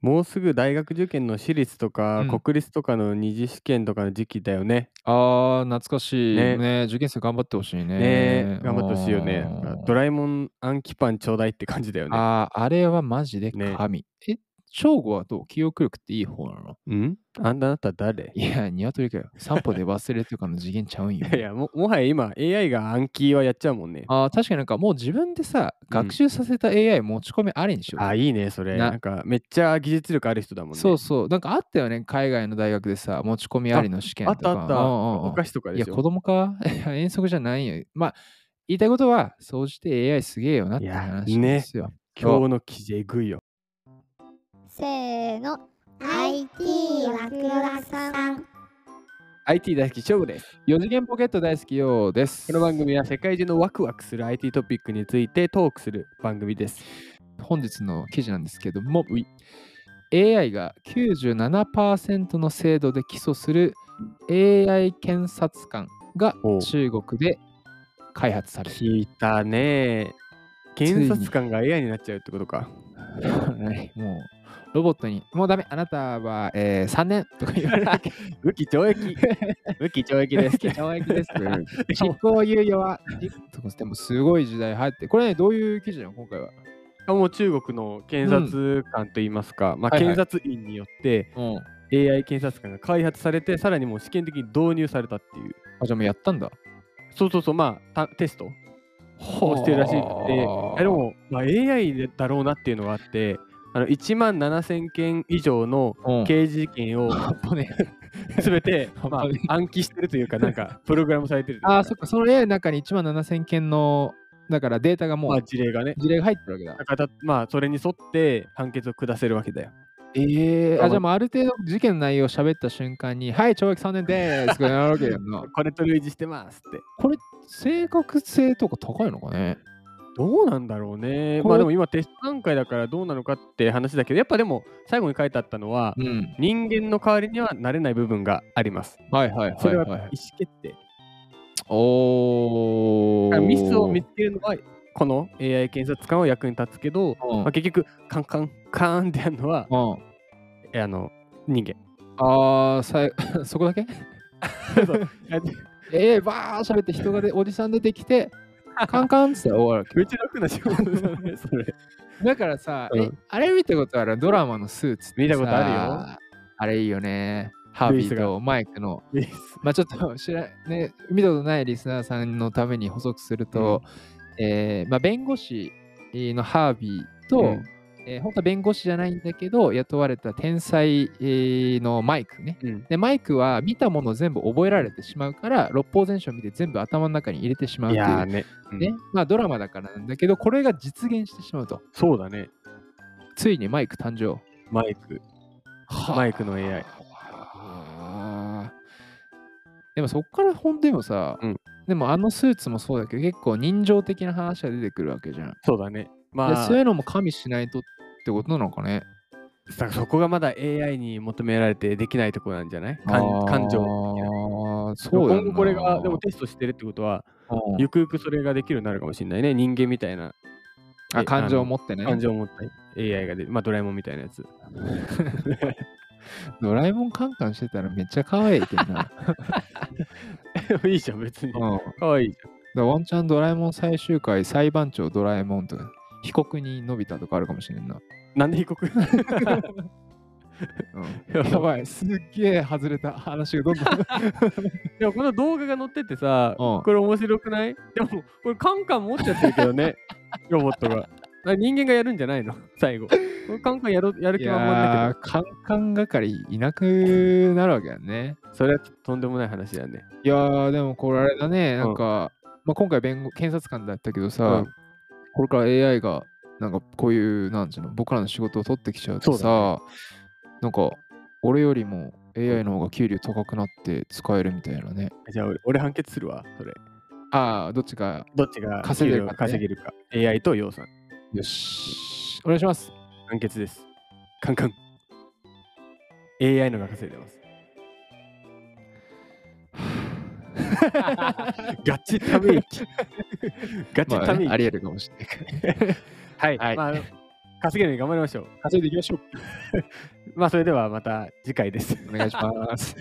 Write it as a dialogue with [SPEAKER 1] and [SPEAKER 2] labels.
[SPEAKER 1] もうすぐ大学受験の私立と
[SPEAKER 2] う
[SPEAKER 1] か
[SPEAKER 2] ん。
[SPEAKER 1] 国立とかの2次試験とかの時期だよね。
[SPEAKER 2] ああ、懐かしい。
[SPEAKER 1] ね。
[SPEAKER 2] ね、受験生頑張ってほしい
[SPEAKER 1] ね、
[SPEAKER 2] ね。う
[SPEAKER 1] 頑張ってほしいよね。なんかド
[SPEAKER 2] ーん。
[SPEAKER 1] ラえもん暗記パンちょうだいって感じだよね。
[SPEAKER 2] ああ、あれはマジで
[SPEAKER 1] ね。
[SPEAKER 2] 神。え、正吾はどう記憶力っていい方なの
[SPEAKER 1] んあんたあなた誰
[SPEAKER 2] いや、鶏かよ。散歩で忘れとかの次元ちゃうん
[SPEAKER 1] いやい
[SPEAKER 2] よ。
[SPEAKER 1] やも、もはや今 AI が暗記はやっちゃうもんね。
[SPEAKER 2] ああ、確かになんかもう自分でさ、
[SPEAKER 1] う
[SPEAKER 2] 学
[SPEAKER 1] ん。
[SPEAKER 2] 習させた AI 持ち込みありにしよう
[SPEAKER 1] あ、
[SPEAKER 2] ぜ。
[SPEAKER 1] いいね、それ。な
[SPEAKER 2] な、
[SPEAKER 1] んかめっちゃ技術力ある人だもん
[SPEAKER 2] そう
[SPEAKER 1] ね。
[SPEAKER 2] そう。なんかあったよね。海外の大学でさ、持ち込みあ
[SPEAKER 1] あ、
[SPEAKER 2] りの試
[SPEAKER 1] あ
[SPEAKER 2] 験
[SPEAKER 1] っ
[SPEAKER 2] と
[SPEAKER 1] たあ
[SPEAKER 2] か。
[SPEAKER 1] っ
[SPEAKER 2] うんう
[SPEAKER 1] た。
[SPEAKER 2] ん
[SPEAKER 1] お
[SPEAKER 2] うん。
[SPEAKER 1] 菓子とか
[SPEAKER 2] い
[SPEAKER 1] で
[SPEAKER 2] や、
[SPEAKER 1] し
[SPEAKER 2] 子
[SPEAKER 1] ょ。
[SPEAKER 2] 供か いや遠足じゃないよ。まあ、言いたいことは、総じて AI すげえよないって
[SPEAKER 1] や、
[SPEAKER 2] 話で
[SPEAKER 1] ね。
[SPEAKER 2] すよ。そ
[SPEAKER 1] 今日の記事えぐいよ。
[SPEAKER 3] せーの IT ワクワクさん
[SPEAKER 1] IT 大好き勝負です。
[SPEAKER 2] う。4次元ポケット大好きようで
[SPEAKER 1] この番
[SPEAKER 2] す。
[SPEAKER 1] 組は世界中のワクワクする IT トピックについてトークする番組です。
[SPEAKER 2] 本日の記事なんですけども、うい AI が97%の精度で起訴する AI 検察官が
[SPEAKER 1] おう
[SPEAKER 2] 中国で開発される。
[SPEAKER 1] 聞いたね。
[SPEAKER 2] つ
[SPEAKER 1] 検
[SPEAKER 2] い
[SPEAKER 1] 察
[SPEAKER 2] に
[SPEAKER 1] 官が AI になっちゃうってことか。
[SPEAKER 2] はいもう、ロボットに、もうダメ、あなたは、えー、3年とか言われて、
[SPEAKER 1] 無期懲 役。無期懲役
[SPEAKER 2] 無
[SPEAKER 1] ですっ
[SPEAKER 2] 期
[SPEAKER 1] て。
[SPEAKER 2] 懲役ですとか言われて、
[SPEAKER 1] しか
[SPEAKER 2] 執
[SPEAKER 1] も、
[SPEAKER 2] 行猶予は、じとかでもすごい時代入って、これね、どういう記事なの、今回は。
[SPEAKER 1] しかも中国の
[SPEAKER 2] う
[SPEAKER 1] 検
[SPEAKER 2] ん、
[SPEAKER 1] 察官といいますか、まあ、
[SPEAKER 2] はい
[SPEAKER 1] 検
[SPEAKER 2] はい。
[SPEAKER 1] 察院によって
[SPEAKER 2] うん。
[SPEAKER 1] AI 検察官が開発されて、さらにもう試験的に導入されたっていう。
[SPEAKER 2] あ、じゃあもうやったんだ。
[SPEAKER 1] そうそうそう、まあ、たテストをしてるらしくて、あれ
[SPEAKER 2] は
[SPEAKER 1] も、まあ、AI だろうなっていうのがあって、あの1万7000件以上の
[SPEAKER 2] あ。うん。
[SPEAKER 1] 刑事事件を
[SPEAKER 2] 半端ね
[SPEAKER 1] すべて、
[SPEAKER 2] え。半
[SPEAKER 1] ま
[SPEAKER 2] 端ね
[SPEAKER 1] あ、暗記してるというか、なんか、プログラムされてるという
[SPEAKER 2] ああ、そ
[SPEAKER 1] か、
[SPEAKER 2] っか、その AI の中に1万7000件の、だからデータが
[SPEAKER 1] ま
[SPEAKER 2] も
[SPEAKER 1] あ、事例がね、
[SPEAKER 2] う、事例が入ってるわけだ。
[SPEAKER 1] だからだまあ、それに沿って判決を下せるわけだよ。
[SPEAKER 2] ええ
[SPEAKER 1] あ
[SPEAKER 2] あ、じゃ
[SPEAKER 1] ま
[SPEAKER 2] あもうある程度事件の内容を喋った瞬間に、はい、懲役3年でーすとかやるわけやんな。
[SPEAKER 1] あこれと類似してますって。
[SPEAKER 2] これ、正確性とか高いのかね
[SPEAKER 1] どうなんだろうね。
[SPEAKER 2] こ
[SPEAKER 1] まあで
[SPEAKER 2] れ、
[SPEAKER 1] も今、テスト段階だからどうなのかって話だけど、やっぱでも、最後に書いてあったのは、
[SPEAKER 2] うん。
[SPEAKER 1] 人間の代わりにはなれない部分があります。
[SPEAKER 2] はいはい
[SPEAKER 1] そ
[SPEAKER 2] は
[SPEAKER 1] れ
[SPEAKER 2] い
[SPEAKER 1] は
[SPEAKER 2] はい。
[SPEAKER 1] 意思決定。だからミスを
[SPEAKER 2] お
[SPEAKER 1] 見
[SPEAKER 2] ー。
[SPEAKER 1] つけるのは、この AI 検察官は役に立つけど、
[SPEAKER 2] う
[SPEAKER 1] まあ、
[SPEAKER 2] ん。
[SPEAKER 1] 結局、カンカン、カーンってやるのは、
[SPEAKER 2] うん。
[SPEAKER 1] えあの、人 間。
[SPEAKER 2] ああ、さい そこだけ
[SPEAKER 1] そう。あ
[SPEAKER 2] ええバー喋って人がで、おじさん出てきて、カンカンっつって終わるわけ
[SPEAKER 1] めっ
[SPEAKER 2] よ。
[SPEAKER 1] ちゃ楽な仕事だね、それ。
[SPEAKER 2] だからさ、
[SPEAKER 1] う
[SPEAKER 2] え、
[SPEAKER 1] ん。
[SPEAKER 2] あれ見たことあるドラマのスーツっ
[SPEAKER 1] 見
[SPEAKER 2] て
[SPEAKER 1] たことあるよ。
[SPEAKER 2] さ、あれいいよね。ハー
[SPEAKER 1] ルイ
[SPEAKER 2] ビー
[SPEAKER 1] スが。
[SPEAKER 2] とマイクの。
[SPEAKER 1] ルイス。
[SPEAKER 2] まあちょっと知ら、 ね、見たことないリスナーさんのために補足する
[SPEAKER 1] う
[SPEAKER 2] と、
[SPEAKER 1] ん。
[SPEAKER 2] えーまあ、弁護士えーのハービー
[SPEAKER 1] う
[SPEAKER 2] と、
[SPEAKER 1] ん。
[SPEAKER 2] えー本当は弁護士じゃないんだけど、雇われた天才えーのマイクね。
[SPEAKER 1] うん。
[SPEAKER 2] で、マイクは見たものを全部覚えられてしまうから、六法全書を見て全部頭の中に入れてし
[SPEAKER 1] いう
[SPEAKER 2] まとい
[SPEAKER 1] やー
[SPEAKER 2] う、
[SPEAKER 1] ね。うん。
[SPEAKER 2] ね、まあドラマだからなんだけど、これが実現してしまうと。
[SPEAKER 1] そうだね。
[SPEAKER 2] ついにマイク誕生。
[SPEAKER 1] マイク。マイクの AI。
[SPEAKER 2] はあ。でもそっから本当にもさ、
[SPEAKER 1] うん。
[SPEAKER 2] でもあのスーツもそうだけど、結構人情的な話が出てくるわけじゃん。
[SPEAKER 1] そうだね。
[SPEAKER 2] でそう
[SPEAKER 1] ま
[SPEAKER 2] いう
[SPEAKER 1] あ、
[SPEAKER 2] のも加味しないとってことなのかね。
[SPEAKER 1] さそこがまだ AI に求められてできないところなんじゃない感感情もできない。
[SPEAKER 2] ああ、
[SPEAKER 1] でも
[SPEAKER 2] そうや
[SPEAKER 1] 今
[SPEAKER 2] ん
[SPEAKER 1] 後
[SPEAKER 2] な。
[SPEAKER 1] これが、でもテストしてるってことは、
[SPEAKER 2] うん
[SPEAKER 1] ゆくゆくそれができるようになるかもしれないね。人間みたいな、
[SPEAKER 2] あ、
[SPEAKER 1] え
[SPEAKER 2] 感
[SPEAKER 1] あ
[SPEAKER 2] 情を
[SPEAKER 1] の、
[SPEAKER 2] 持って
[SPEAKER 1] 感
[SPEAKER 2] ね。
[SPEAKER 1] 情を持った AI がで、まあ、ドラえもんみたいなやつ。
[SPEAKER 2] ドラえもんカンカンしてたらめっちゃ可愛い けどな。
[SPEAKER 1] いいじゃん、別に。
[SPEAKER 2] うん。だか
[SPEAKER 1] かわいいじゃん。
[SPEAKER 2] らワンチャンドラえもん最終回、裁判長ドラえもんとか、被告人のび太とかあるかもしれんな。
[SPEAKER 1] なんで異国
[SPEAKER 2] うん。
[SPEAKER 1] や
[SPEAKER 2] や
[SPEAKER 1] ばい。
[SPEAKER 2] ばい、すっげえ外れた話がどん どん。
[SPEAKER 1] でもこの動画が載っててさ、
[SPEAKER 2] うん。
[SPEAKER 1] これ面白くないでも、これカンカン持っちゃってるけど ね、ロボットが。あ人間がやるんじゃないの最後。これカンカンやろやる
[SPEAKER 2] い
[SPEAKER 1] 気満々だけ
[SPEAKER 2] や
[SPEAKER 1] ど。
[SPEAKER 2] ー、カンカン係いなくなるわけだね。
[SPEAKER 1] それはちょっととんでもない話だね。
[SPEAKER 2] いやー、でもこれあれだね、
[SPEAKER 1] う
[SPEAKER 2] なん
[SPEAKER 1] ん。
[SPEAKER 2] か、まあ、今回弁護、検察官だったけど
[SPEAKER 1] う
[SPEAKER 2] さ、
[SPEAKER 1] ん。
[SPEAKER 2] これから AI が、なんかこういう、なんていうの、僕らの仕事を取ってきちゃうと
[SPEAKER 1] そうだね。
[SPEAKER 2] さ、なんか、俺よりも
[SPEAKER 1] うん。
[SPEAKER 2] AI の方が給料高くなって使えるみたいなね。
[SPEAKER 1] じゃあ俺、俺判決するわ、それ。
[SPEAKER 2] ああ、どっちが
[SPEAKER 1] どっちが
[SPEAKER 2] 稼い
[SPEAKER 1] 給
[SPEAKER 2] でる
[SPEAKER 1] 料
[SPEAKER 2] か
[SPEAKER 1] が
[SPEAKER 2] って
[SPEAKER 1] 稼
[SPEAKER 2] ね。
[SPEAKER 1] げるか。AI と洋さん。
[SPEAKER 2] よ し。お願いします。
[SPEAKER 1] 判決です。カンカン。AI のが稼いでます。 ガチため息。ガチ
[SPEAKER 2] まあ
[SPEAKER 1] た
[SPEAKER 2] ね、
[SPEAKER 1] め
[SPEAKER 2] あり
[SPEAKER 1] 息。
[SPEAKER 2] 得るかもしれないからね。
[SPEAKER 1] はい。
[SPEAKER 2] はい。
[SPEAKER 1] まあ、あの稼げるように頑張りましょう。
[SPEAKER 2] 稼いでいきましょう。
[SPEAKER 1] まあ、それではまた次回です。
[SPEAKER 2] お願いします。